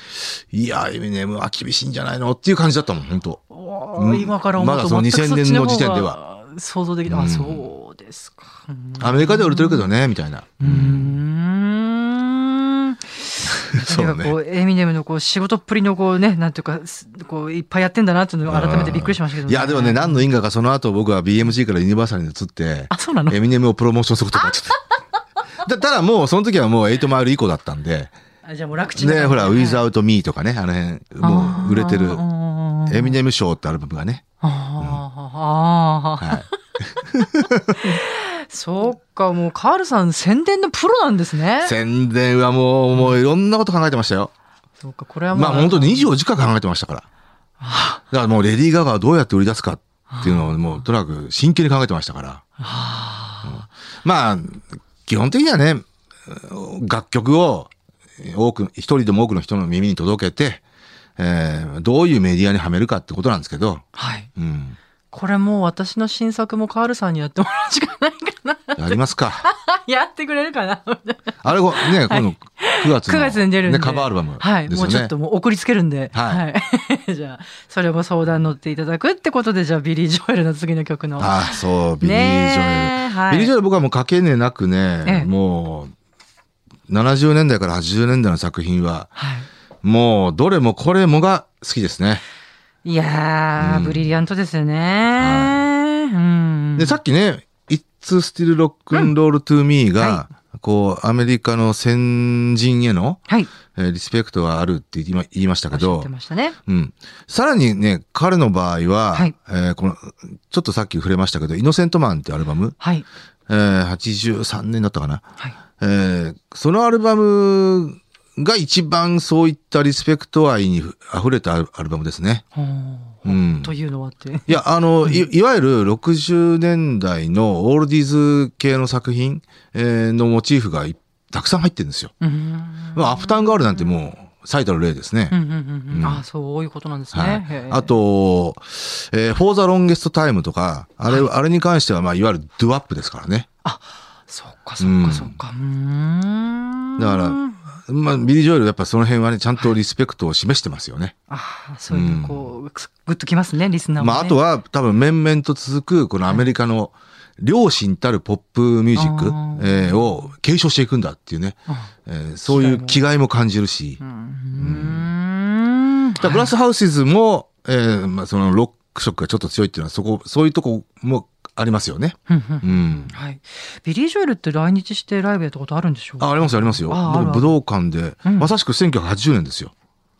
Speaker 2: いや、エミネムは厳しいんじゃないのっていう感じだったもん、本当
Speaker 1: おー
Speaker 2: うん
Speaker 1: 今から思うと
Speaker 2: まだその
Speaker 1: 全くそっち
Speaker 2: 2000年の時点で
Speaker 1: は想像できた、
Speaker 2: う
Speaker 1: あ
Speaker 2: ん
Speaker 1: そうですか
Speaker 2: アメリカでは売れてるけどね、みたいな。
Speaker 1: うーん
Speaker 2: そう
Speaker 1: な
Speaker 2: ね
Speaker 1: んかこうエミネムのこう仕事っぷりのこうねなんていうかすこういっぱいやってんだなっていうのを改めてびっくりしましたけど、
Speaker 2: いや、でもね、何の因果かその後僕は BMG からユニバーサルに移 って、
Speaker 1: あそうなの
Speaker 2: エミネムをプロモーションすることになっちゃった。 だただもう、その時はもう8マイル以降だったんで、
Speaker 1: あじゃあもう楽ちんだ
Speaker 2: ね、ほら、
Speaker 1: はい
Speaker 2: Without Me とかね、あの辺、もう売れてる
Speaker 1: あ、ー
Speaker 2: エミネムショーってアルバムがね、
Speaker 1: あーあー
Speaker 2: はい。
Speaker 1: そうかもうカールさん宣伝のプロなんですね
Speaker 2: 宣伝はもう、もういろんなこと考えてましたよ。
Speaker 1: そうかこれはもう
Speaker 2: まあ本当に24時間考えてましたから。だからもうレディー・ガガをどうやって売り出すかっていうのをもうとにかく真剣に考えてましたから。うんまあ、基本的にはね、楽曲を多く、一人でも多くの人の耳に届けて、えーどういうメディアにはめるかってことなんですけど、
Speaker 1: はい
Speaker 2: うん。
Speaker 1: これもう私の新作もカールさんにやってもらうしかないかな。
Speaker 2: やりますか。
Speaker 1: やってくれるかな。
Speaker 2: あれ、ね、今度9月の、
Speaker 1: 9月に出るんで。
Speaker 2: ね、カバーアルバムですよね。
Speaker 1: はい。もうちょっともう送りつけるんで。
Speaker 2: はい
Speaker 1: い じゃあ、それも相談乗っていただくってことで、じゃあ、ビリー・ジョエルの次の曲の。
Speaker 2: ああ、そう、ビリー・ジョエ
Speaker 1: ねえ
Speaker 2: ル。
Speaker 1: はい
Speaker 2: ビリー・ジョエル僕はもうかけねなくね、
Speaker 1: ええ
Speaker 2: もう、70年代から80年代の作品は、
Speaker 1: は
Speaker 2: もう、どれもこれもが好きですね。
Speaker 1: い。いやー、
Speaker 2: うん
Speaker 1: ブリリアントですよね。うん。
Speaker 2: で、さっきね、It's Still Rock and Roll to Me が、こう、アメリカの先人への、
Speaker 1: はい。
Speaker 2: えーリスペクトがあるって今言いました
Speaker 1: お
Speaker 2: け
Speaker 1: っしゃっ
Speaker 2: ど
Speaker 1: て、ましたね。
Speaker 2: うん。さらにね、彼の場合は、
Speaker 1: はい
Speaker 2: えーこの、ちょっとさっき触れましたけど、イノセントマンってアルバム、
Speaker 1: はい。
Speaker 2: えー83年だったかな。
Speaker 1: はい。
Speaker 2: えーそのアルバムが一番そういったリスペクト愛に溢れたアルバムですね。
Speaker 1: ほー
Speaker 2: うん
Speaker 1: というのはって。
Speaker 2: いや、あの、いいわゆる60年代のオールディーズ系の作品、えーのモチーフがいたくさん入ってるんですよ。
Speaker 1: うん。
Speaker 2: まあ、アフタンガールなんてもう最たる例ですね。
Speaker 1: うんうんうんう。
Speaker 2: うんん
Speaker 1: ああ、そういうことなんですね。
Speaker 2: はい
Speaker 1: へ、ー
Speaker 2: あ、と、えー、For the Longest Time とか、あれ、あれに関しては、まあ、いわゆるドゥアップですからね。
Speaker 1: そっかそっかそっか。うーん。
Speaker 2: だからまあ、ビリー・ジョエル、やっぱその辺はね、ちゃんとリスペクトを示してますよね。
Speaker 1: ああ、そういうのこう、グッときますね、リスナーも、ね。
Speaker 2: まあ、あと
Speaker 1: は
Speaker 2: は多分面々と続くこのアメリカの良心たるポップミュージック、
Speaker 1: あ
Speaker 2: えーを継承していくんだっていうね、えーそういう気概も感じるし、
Speaker 1: う
Speaker 2: だか
Speaker 1: ん。
Speaker 2: らブラスハウシズも、えーまあ、そのロック色がちょっと強いっていうのはそこ、そういうとこもありますよね。
Speaker 1: うんうん
Speaker 2: うん。
Speaker 1: はい。ビリー・ジョエルって来日してライブやったことあるんでしょう
Speaker 2: あ、ありますよありますよ
Speaker 1: ああ。るある
Speaker 2: 僕武道館で、
Speaker 1: うん
Speaker 2: まさしく1980年ですよ。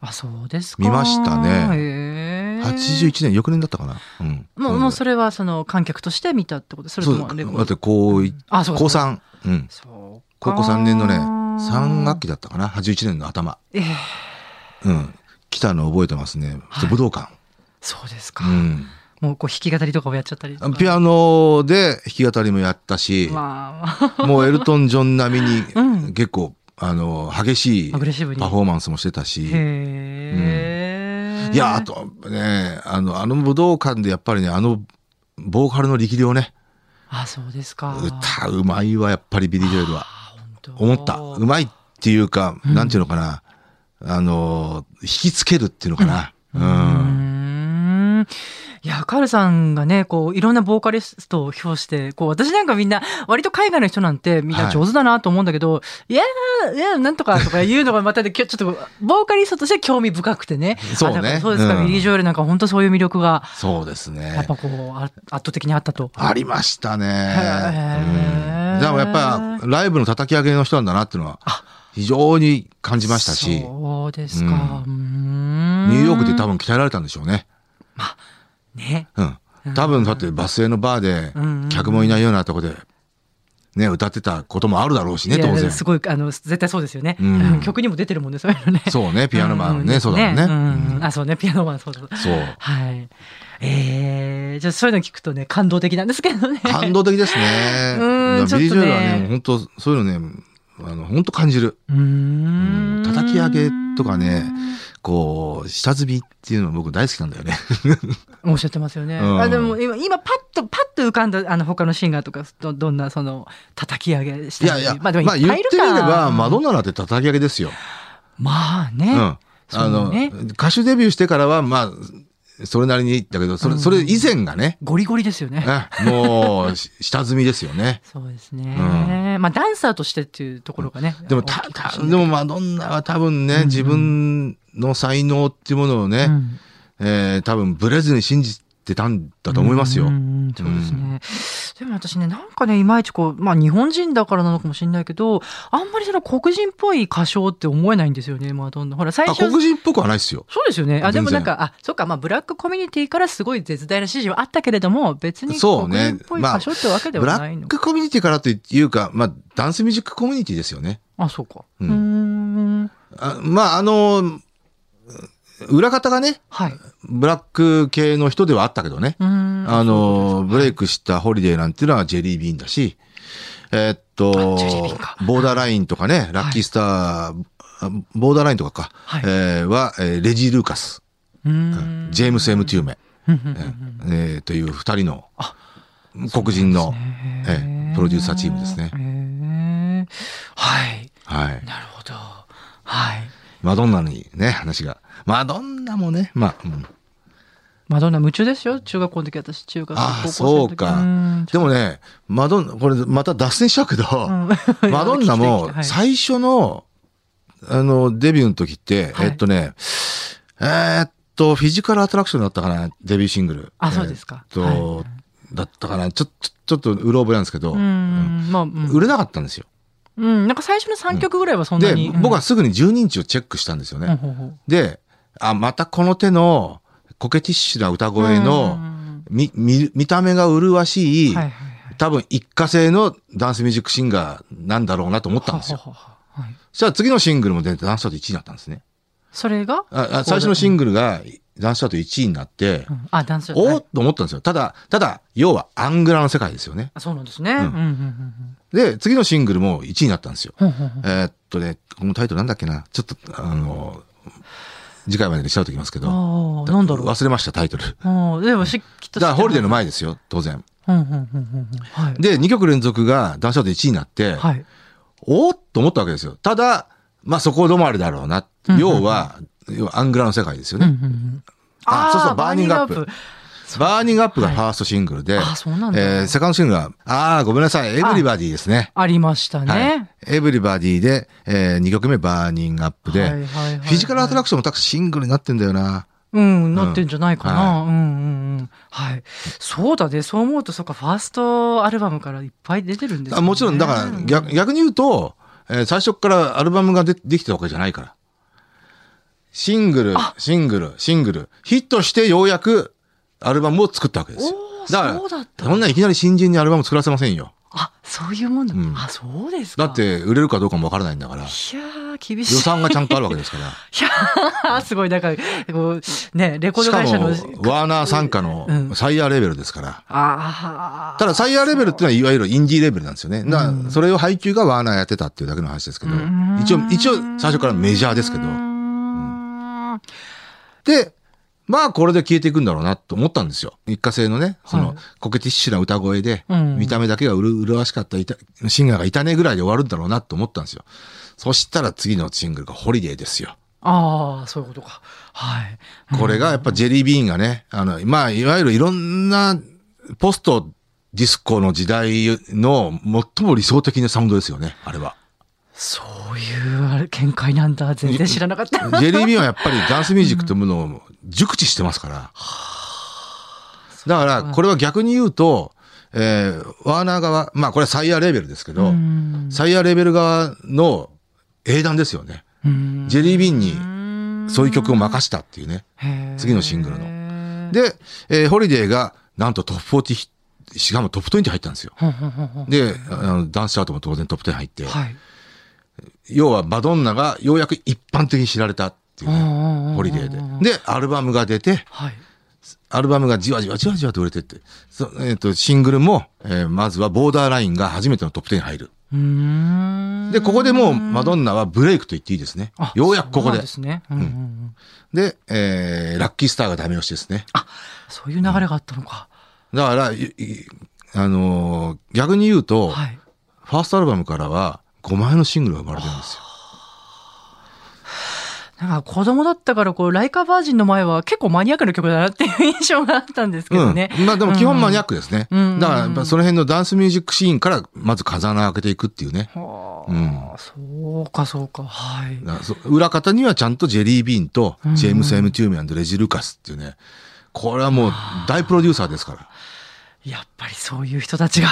Speaker 1: あ、そうですか。
Speaker 2: 見ましたね
Speaker 1: へえ。
Speaker 2: 81年、翌年だったかな。うん。
Speaker 1: もう、もうそれはその観客として見たってことそれと
Speaker 2: そう
Speaker 1: もレコード
Speaker 2: だって高一
Speaker 1: あ、そうか
Speaker 2: 高。3、うん。
Speaker 1: そうか
Speaker 2: 高校3年のね、3学期だったかな。81年の頭。
Speaker 1: ええ
Speaker 2: うん。来たの覚えてますね。
Speaker 1: はい
Speaker 2: 武道館。
Speaker 1: そうですか。
Speaker 2: うん。
Speaker 1: もうこう弾き語りとかもやっちゃったりとか。
Speaker 2: ピアノで弾き語りもやったし、
Speaker 1: まあ、
Speaker 2: もうエルトン・ジョン並み
Speaker 1: うん
Speaker 2: に結構、あの、激し
Speaker 1: ア
Speaker 2: いパ
Speaker 1: グレ
Speaker 2: フ
Speaker 1: ッ
Speaker 2: ォ
Speaker 1: シブに。
Speaker 2: ーマンスもしてたし、
Speaker 1: へえ、
Speaker 2: いや、あとね、あの、あの武道館でやっぱりね、あの、ボーカルの力量ね、
Speaker 1: あ、そうですか。
Speaker 2: 歌うまいわ、やっぱりビリー・ジョエルは。
Speaker 1: あ本当
Speaker 2: 思った。うまいっていうか、なんていうのかな、あの、引きつけるっていうのかな。
Speaker 1: うーんいや、カールさんがね、こう、いろんなボーカリストを評して、こう、私なんかみんな、割と海外の人なんてみんな上手だなと思うんだけど、い、やー、いやー、なんとかとか言うのがまた で、きょちょっと、ボーカリストとして興味深くてね。
Speaker 2: そうね
Speaker 1: あだからそうですか、
Speaker 2: うん
Speaker 1: ビリー・ジョエルなんか本当そういう魅力が、
Speaker 2: そうですね
Speaker 1: やっぱこう、あ圧倒的にあったと。
Speaker 2: ありましたね。
Speaker 1: へー
Speaker 2: うんでもやっぱライブの叩き上げの人なんだなっていうのは非常に感じましたし、ニュ
Speaker 1: そうですか。うーん
Speaker 2: ーヨークで多分鍛えられたんでしょうね。
Speaker 1: ね。
Speaker 2: うん。多分だってバスへのバ
Speaker 1: うん
Speaker 2: ー
Speaker 1: うん
Speaker 2: で客もいないようなとこでね、歌ってたこともあるだろうしね、
Speaker 1: いや
Speaker 2: 当然。
Speaker 1: すごい、あの、絶対そうですよね。
Speaker 2: うん
Speaker 1: うん 曲にも出てるもんね、そういうのね。
Speaker 2: そうね、ピアノマンね、
Speaker 1: ん
Speaker 2: そうだもんね。
Speaker 1: うん
Speaker 2: うん
Speaker 1: あ、そうね、ピアノマン、そうそう。
Speaker 2: そう。
Speaker 1: はい。えー、じゃあそういうの聞くとね、感動的なんですけどね。
Speaker 2: 感動的ですね。
Speaker 1: うん
Speaker 2: いや
Speaker 1: ちょっとね
Speaker 2: ビリー・ジョエルはね、本当そういうのね、あの、本当感じる。
Speaker 1: うーん。
Speaker 2: 叩き上げとかね。こう、下積みっていうの僕大好きなんだよね。
Speaker 1: おっしゃってますよね。
Speaker 2: うん
Speaker 1: あでも今、今パッと、パッと浮かんだ、あの、他のシンガーとか、どどんな、その、叩き上げし
Speaker 2: い
Speaker 1: た
Speaker 2: や
Speaker 1: り
Speaker 2: いや、
Speaker 1: ま
Speaker 2: ま
Speaker 1: あでも
Speaker 2: あ
Speaker 1: いっ
Speaker 2: 言
Speaker 1: ぱ
Speaker 2: っ
Speaker 1: いいる
Speaker 2: て
Speaker 1: か
Speaker 2: み
Speaker 1: ら、
Speaker 2: れば、マドンナだって叩き上げですよ。
Speaker 1: まあね。
Speaker 2: うん。あ
Speaker 1: そう
Speaker 2: の、
Speaker 1: ね
Speaker 2: 歌手デビューしてからは、まあ、それなりにだけど、それ、それ以前がね、
Speaker 1: ゴリゴリですよ ね。
Speaker 2: あもう、し下積みですよ ね。
Speaker 1: そうですね。まあダンサーとしてっていうところがね。
Speaker 2: でも、
Speaker 1: 大
Speaker 2: た
Speaker 1: きい、か
Speaker 2: た、
Speaker 1: しれ
Speaker 2: で
Speaker 1: ない
Speaker 2: もマドンナは多分ね、
Speaker 1: うん
Speaker 2: 自分の才能っていうものをね、
Speaker 1: うん
Speaker 2: えー多分ブレずに信じてたんだと思いますよ。
Speaker 1: うんうんうんそうですね。でも私ね、なんかね、いまいちこう、まあ日本人だからなのかもしれないけど、あんまりその黒人っぽい歌唱って思えないんですよね、マドンナ。ほら、最
Speaker 2: あ、
Speaker 1: 初。
Speaker 2: 黒人っぽくはないですよ。
Speaker 1: そうですよね。あ、で
Speaker 2: 全然
Speaker 1: もなんか、あ、そっか、まあ、ブラックコミュニティからすごい絶大な支持はあったけれども、別に黒
Speaker 2: そうね
Speaker 1: 人っぽい歌唱ってわけで
Speaker 2: ブ
Speaker 1: は
Speaker 2: ラ
Speaker 1: ないの
Speaker 2: ッ。クコミュニティからというか、まあ、ダンスミュージックコミュニティですよね。
Speaker 1: あ、そうか。う
Speaker 2: う
Speaker 1: ー
Speaker 2: ん
Speaker 1: ん。
Speaker 2: あまあ、あの、うん裏方がね、
Speaker 1: はい。う
Speaker 2: ブラック系の人ではあったけどね。
Speaker 1: ーん。
Speaker 2: あの、ブレイクしたホリデーなんていうのはジェリービーンだし、えーっと
Speaker 1: あジェリービーンか、
Speaker 2: ボーダーラインとかね、ラッキースター、あボーダーラインとかか、
Speaker 1: はい
Speaker 2: えーは、えーレジー・ルーカス、
Speaker 1: うーん。
Speaker 2: ジェームス・ M ・テューメ、
Speaker 1: うんうんうん
Speaker 2: えーという二人の黒人の、
Speaker 1: へ
Speaker 2: ええプロデューサーチームですね
Speaker 1: へえはい。
Speaker 2: はい、
Speaker 1: なるほど。はい。
Speaker 2: マドンナにね、話が。マドンナもね、まあ、うん
Speaker 1: マドンナ夢中ですよ。中学校の時、私、中学校、
Speaker 2: あ
Speaker 1: 高校
Speaker 2: あ、
Speaker 1: 生
Speaker 2: そ
Speaker 1: の時。
Speaker 2: うか
Speaker 1: ん。
Speaker 2: でもね、マドンナ、これまた脱線しちゃうけど、
Speaker 1: うん
Speaker 2: マドンナ も
Speaker 1: はい
Speaker 2: 最初の、あの、デビューの時って、
Speaker 1: はい
Speaker 2: えっとね、えーっと、フィジカルアトラクションだったかな、デビューシングル。
Speaker 1: あそうですか
Speaker 2: えーっと、
Speaker 1: はい
Speaker 2: だったかな、ちょ、ちょちょっとうろ覚えなんですけど、
Speaker 1: うんまあ、うん
Speaker 2: 売れなかったんですよ。
Speaker 1: うん、なんか最初の3曲ぐらいはそんな
Speaker 2: で
Speaker 1: に。、
Speaker 2: 僕はすぐに12インチをチェックしたんですよ
Speaker 1: う
Speaker 2: ね。
Speaker 1: ん、うんほうほう
Speaker 2: で、あ、またこの手のコケティッシュな歌声の、
Speaker 1: うん
Speaker 2: み、み、見た目が麗し
Speaker 1: はい
Speaker 2: い、
Speaker 1: はいはい。
Speaker 2: 多分一過性のダンスミュージックシンガーなんだろうなと思ったんですよ。
Speaker 1: ははははい
Speaker 2: そしたら次のシングルも出てダンスチャート1位になったんですね。
Speaker 1: それが
Speaker 2: ああ最初のシン
Speaker 1: グ
Speaker 2: グルがダンスチャート1位になって、
Speaker 1: あ、ダンスだ
Speaker 2: お
Speaker 1: は
Speaker 2: おっ
Speaker 1: い
Speaker 2: と思ったんですよ。ただ、ただ、要はアングラの世界ですよね。
Speaker 1: あそうなんですね。うん
Speaker 2: ん
Speaker 1: うんうん
Speaker 2: で、次のシングルも1位になったんですよ。
Speaker 1: うん。ほうほうほう
Speaker 2: えーっとね、このタイトルなんだっけなちょっと、あの、次回までに調べておきますけど。
Speaker 1: ああ、なんだろう。
Speaker 2: 忘れました、タイトル。
Speaker 1: ああ、でもし、きっと知ってます。
Speaker 2: だからホリデーの前ですよ、当然。
Speaker 1: うんうんうんうんうん。はい。
Speaker 2: で、2曲連続がダンスチャート1位になって、
Speaker 1: はい。
Speaker 2: おーっと思ったわけですよ。ただ、まあそこ止まりだろうな。
Speaker 1: うん
Speaker 2: 要は、要はアングラの世界ですよね。
Speaker 1: うんうんうん
Speaker 2: あそうそう
Speaker 1: ー
Speaker 2: バーニングアップ
Speaker 1: バ
Speaker 2: バーニングアップがファーストシングルで、
Speaker 1: あ、そうなんだ。
Speaker 2: えーセカンドシングルが、ああ、ごめんなさい、エブリバディですね。
Speaker 1: ありました
Speaker 2: はい
Speaker 1: ね。。
Speaker 2: エブリバディで、え2曲目バーニングアップで、
Speaker 1: はいはいはい
Speaker 2: フィジカルアトラクションも確かシングルになってんだよな。
Speaker 1: うん、なってんじゃないかな。うん、うん、うん。はい。そうだね。そう思うと、そっか、ファーストアルバムからいっぱい出てるんですよ
Speaker 2: あ
Speaker 1: ね
Speaker 2: もちろん、だから逆逆に言うと、えー最初からアルバムがでできてたわけじゃないから。シングル、シングル、シングル、ヒットしてようやくアルバムを作ったわけですよ
Speaker 1: お。ー
Speaker 2: だから
Speaker 1: そうだった
Speaker 2: そんないきなり新人にアルバム作らせませんよ。
Speaker 1: あ、そういうもんだ。
Speaker 2: うん
Speaker 1: あ、そうですか。
Speaker 2: だっ。て、売れるかどうかもわからないんだから、予
Speaker 1: いやー、厳しい。
Speaker 2: 算がちゃんとあるわけですから。
Speaker 1: いやー、 すごい、なんか、こう、ね、レコー
Speaker 2: し
Speaker 1: ド
Speaker 2: か
Speaker 1: 会社の。
Speaker 2: も、ワーナー傘下
Speaker 1: うん
Speaker 2: のサイヤーレベルですから。
Speaker 1: ああ。
Speaker 2: ただ、サイヤーレベルってのは、いわゆるインディーレベルなんですよね。な
Speaker 1: うん
Speaker 2: それを配給がワーナーやってたっていうだけの話ですけど
Speaker 1: うーん、
Speaker 2: 一応、一応、最初からメジャーですけど
Speaker 1: うー。ん
Speaker 2: で、まあこれで消えていくんだろうなと思ったんですよ。一過性のね、そ
Speaker 1: はい
Speaker 2: のコケティッシュな歌声で、
Speaker 1: うん
Speaker 2: 見た目だけがうる麗しかったいたシンガーがいたねぐらいで終わるんだろうなと思ったんですよ。そしたら次のシングルがホリデーですよ。
Speaker 1: ああ、そういうことか。はい。
Speaker 2: これがやっぱジェリービーンがね、あの、まあ、いわゆるいろんなポストディスコの時代の最も理想的なサウンドですよね、あれ は。
Speaker 1: そういうあれ見解なんだ。全然知らなかっ
Speaker 2: ジ
Speaker 1: た。
Speaker 2: ェリービーンはやっぱりダンスミュージックというものを熟知してますから。だから、これは逆に言うと、えーワーナー側、まあこれはサイヤーレーベルですけ
Speaker 1: う
Speaker 2: ど、
Speaker 1: ん
Speaker 2: サイヤーレーベル側の英断ですよね。
Speaker 1: うん
Speaker 2: ジェリービーンにそういう曲を任したっていうね。
Speaker 1: へー
Speaker 2: 次のシングルので、えーホリデーがなんとトップ40ひ、しかもトップ20入ったんですよ。
Speaker 1: ほんほんほんほん
Speaker 2: で、あのダンスチャートも当然トップ10入って、
Speaker 1: はい。
Speaker 2: 要はマドンナがようやく一般的に知られたっていう
Speaker 1: うん
Speaker 2: ね、
Speaker 1: うんうんうん
Speaker 2: ホリデーで。で、アルバムが出て、
Speaker 1: はい。
Speaker 2: アルバムがじわじわじわじわと売れてって、そえっ、と、シングルも、えーまずはボーダーラインが初めてのトップ10に入る。
Speaker 1: うーん
Speaker 2: で、ここでもうマドンナはブレイクと言っていいですね
Speaker 1: あ。
Speaker 2: ようやくこ
Speaker 1: そ
Speaker 2: こ
Speaker 1: うなん
Speaker 2: で
Speaker 1: で。すね。うんうんうん
Speaker 2: で、えーラッキースターがダメ押しですね。
Speaker 1: そういう流れがあったのか。
Speaker 2: だから、いいあのー逆に言うと、
Speaker 1: はい。
Speaker 2: ファーストアルバムからは5枚のシングルが生まれてるんですよ。
Speaker 1: なんか子供だったから、こう、ライカバージンの前は結構マニアックな曲だなっていう印象があったんですけどね。
Speaker 2: うん。まあでも基本マニアッ
Speaker 1: ク。
Speaker 2: クですね。
Speaker 1: うん
Speaker 2: だからやっぱその辺のダンスミュージックシーンからまず風穴を開けていくっていうね。
Speaker 1: は
Speaker 2: うん
Speaker 1: あ、そうか、そうか。はい。
Speaker 2: だからそ裏方にはちゃんとジェリー・ビーンと
Speaker 1: うん
Speaker 2: ジェームス・エム・テューミアンとレジ・ルーカスっていうね。これはもう大プロデューサーですから。
Speaker 1: やっぱりそういう人たちが。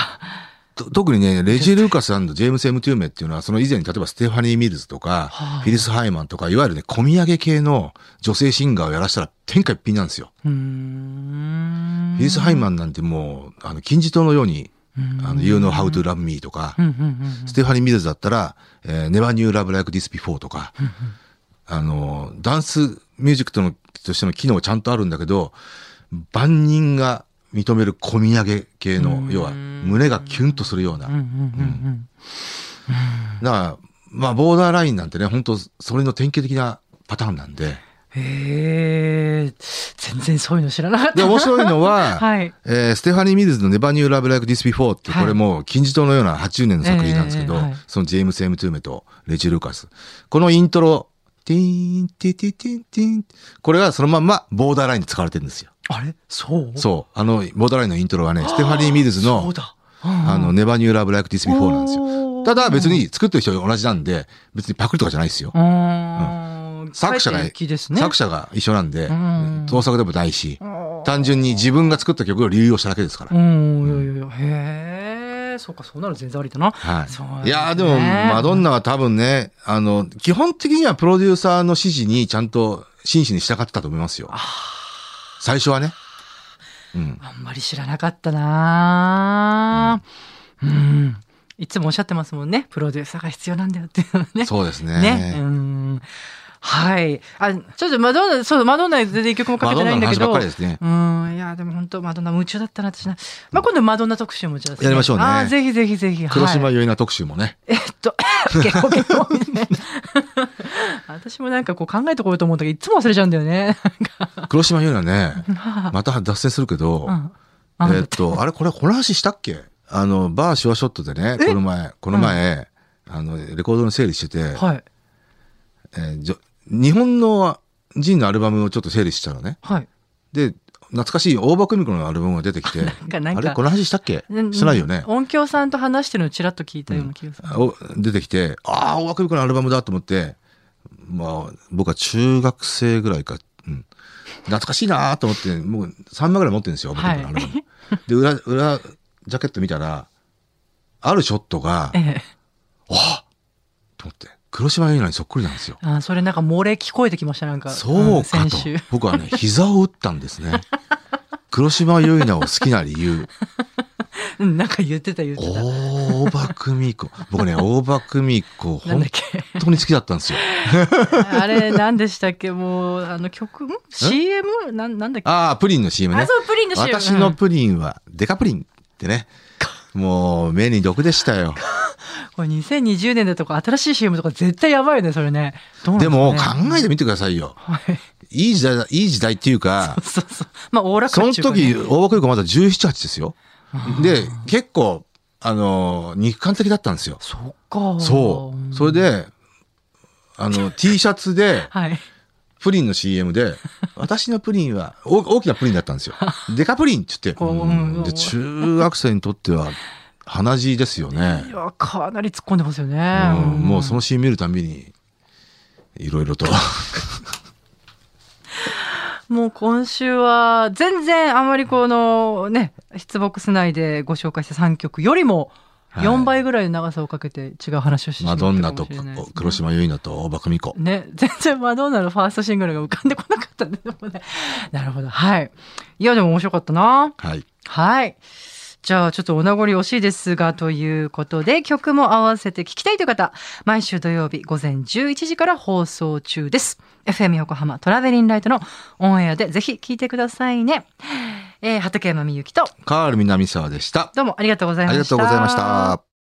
Speaker 2: と特にね、レジ・ルーカスジェームス・エム・テューメっていうのは、その以前に例えばステファニー・ミルズとか、
Speaker 1: はい
Speaker 2: フィリス・ハイマンとか、いわゆるね、込み上げ系の女性シンガーをやらしたら天下一品なんですよ。
Speaker 1: うーん。
Speaker 2: フィリス・ハイマンなんてもう、あの、金字塔のように、
Speaker 1: うん
Speaker 2: あの、You Know How to Love Me とか
Speaker 1: う、んうんうんうん
Speaker 2: ステファニー・ミルズだったら、えー、Never Knew Love Like This Before とか、あの、ダンスミュージックとのとしての機能ちゃんとあるんだけど、万人が認める込み上げ系の、要は胸がキュンとするような。
Speaker 1: うんうんうん
Speaker 2: だから、まあ、ボーダーラインなんてね、本当それの典型的なパターンなんで。
Speaker 1: うん。へえ、全然そういうの知らなかった。
Speaker 2: で、面白いのは、
Speaker 1: はい。
Speaker 2: えーステファニー・ミルズの Never Knew Love Like This Before って、
Speaker 1: はい
Speaker 2: これもう金字塔のような80年の作品なんですけど、
Speaker 1: ええはい
Speaker 2: そのジェームス・エム・トゥーメとレジ・ルーカス。このイントロ、ティーン、ティティティン、ティーン。これがそのまんまボーダーラインに使われてるんですよ。
Speaker 1: あれそう
Speaker 2: そう。あの、ボーダーラインのイントロはね、ステファニー・ミルズ
Speaker 1: そう
Speaker 2: の、
Speaker 1: だ。
Speaker 2: あの、Never Knew Love Like This Before なんですよ。
Speaker 1: よ
Speaker 2: ただ別に作ってる人同じなんで、別にパクリとかじゃないですよ。作者が
Speaker 1: ですね。
Speaker 2: 作者が一緒なんで
Speaker 1: うん、
Speaker 2: 盗作でもないし、
Speaker 1: 者
Speaker 2: 単純に自分が作った曲を流用しただけですから。
Speaker 1: うん、いやいやいや、へえ、そうか、そうなる全然ありだな。
Speaker 2: は
Speaker 1: そうなん
Speaker 2: い。い
Speaker 1: ですね
Speaker 2: やーでも、マドンナは多分ね、あの、基本的にはプロデューサーの指示にちゃんと真摯に従ってたと思いますよ。最初はね。うん。
Speaker 1: あんまり知らなかったなー、うん、いつもおっしゃってますもんね。プロデューサーが必要なんだよっていうのはね。
Speaker 2: そうです
Speaker 1: ね。う
Speaker 2: ね。
Speaker 1: ん。はい。あ、ちょっとマドンナ、そう、マドンナ全然一曲もか
Speaker 2: マ
Speaker 1: け
Speaker 2: ド
Speaker 1: て
Speaker 2: ン
Speaker 1: ない
Speaker 2: ナ
Speaker 1: んだ
Speaker 2: の
Speaker 1: け
Speaker 2: 話ばっ
Speaker 1: ど。
Speaker 2: かりですね。
Speaker 1: うん、いや、でも本当マドンナ夢中だったな、私な。まあ、今度マドンナ特集もじゃあ、
Speaker 2: やりましょうね
Speaker 1: あーぜひぜひぜひ。はい
Speaker 2: 黒島結菜特集もね。
Speaker 1: えっと、結構結構みたいな。私もなんかこう考えてこようと思うんだけど、いつも忘れちゃうんだよね。
Speaker 2: 黒島結 菜ね、
Speaker 1: なんか
Speaker 2: また脱線するけど
Speaker 1: う、んあ
Speaker 2: えっと、あれこれこの話したっけあの、バーシュワショットでね、この前、この前、あの、レコードの整理してて、
Speaker 1: はい。
Speaker 2: えーじょ日本の人のアルバムをちょっと整理したのね。
Speaker 1: はい。
Speaker 2: で、懐かしい大場久美子のアルバムが出てきて、
Speaker 1: なんか、 なん
Speaker 2: あ
Speaker 1: か。
Speaker 2: れこの話したっけ
Speaker 1: うん
Speaker 2: してないよね。
Speaker 1: 音響さんと話してるのちらっと聞いたような気がする。
Speaker 2: お出てきて、ああ、大場久美子のアルバムだと思って、まあ、僕は中学生ぐらいか、うん、懐かしいなーと思って、もう3枚ぐらい持ってるんですよ、大場久美子のアルバム。で、裏、裏、ジャケット見たら、あるショットが
Speaker 1: え、え。
Speaker 2: あと思って、黒島由依奈にそっくりなんですよ。
Speaker 1: あ、それなんか漏れ聞こえてきました、なんか。
Speaker 2: そうか
Speaker 1: ん先
Speaker 2: と
Speaker 1: 週。。
Speaker 2: 僕はね、膝を打ったんですね。黒島結菜を好きな理由。
Speaker 1: うん、なんか言ってた言ってた。
Speaker 2: 大場久 美子。僕ね、大場久美子、
Speaker 1: なん
Speaker 2: 本
Speaker 1: だっけ。
Speaker 2: 当に好きだったんですよ。
Speaker 1: あれ、なんでしたっけもう、あの曲、ん ?CM? なん、なんだっけ
Speaker 2: ああ、プリンの CM ね
Speaker 1: あ、。そう、プリンの CM。
Speaker 2: 私のプリンは、デカプリンってね。もう、目に毒でしたよ。
Speaker 1: これ2020年だとか新しい CM とか絶対やばいよね、それね。どうなん
Speaker 2: でも、
Speaker 1: すかね
Speaker 2: 考えてみてくださいよ。
Speaker 1: はい。
Speaker 2: いい時代だ、いい時代っていうか、
Speaker 1: そうそう。まあ、おおらか
Speaker 2: その
Speaker 1: っちゅうか
Speaker 2: 時、
Speaker 1: ね
Speaker 2: 大場久美子まだ17、8ですよ。で、結構、あの、肉感的だったんですよ。
Speaker 1: そっか。
Speaker 2: そう。それ
Speaker 1: で、
Speaker 2: で、あの、T シャツで、
Speaker 1: はい。
Speaker 2: プリンの CM で、私のプリンは、お大きなプリンだったんですよ。デカプリンって言って、
Speaker 1: おー
Speaker 2: うんで中学生にとっては、鼻血ですよね
Speaker 1: い。や、かなり突っ込んでますよね。
Speaker 2: うんもうそ
Speaker 1: の。
Speaker 2: のシーン見るたびに、いろい ろと。
Speaker 1: もう今週は、全然あまりこのね、出ボックス内でご紹介した3曲よりも、
Speaker 2: はい
Speaker 1: 4倍ぐらいの長さをかけて違う話をしてしま
Speaker 2: マ
Speaker 1: ったかも
Speaker 2: ド
Speaker 1: しれ
Speaker 2: ンナ
Speaker 1: ないで
Speaker 2: と
Speaker 1: すね、
Speaker 2: 黒島結菜と大場久美子。
Speaker 1: ね、全然マドンナのファーストシングルが浮かんでこなかったんで、でもね。なるほど。はい。いや、でも面白かったな。
Speaker 2: はい。
Speaker 1: はい。じゃあ、ちょっとお名残惜しいですが、ということで、曲も合わせて聴きたいという方、毎週土曜日午前11時から放送中です。FM 横浜トラベリンライトのオンエアでぜひ聴いてくださいね。えー、畠山みゆきと、
Speaker 2: カール南沢でした。
Speaker 1: どうもありがとうござい
Speaker 2: あ
Speaker 1: ました。
Speaker 2: りがとうございました。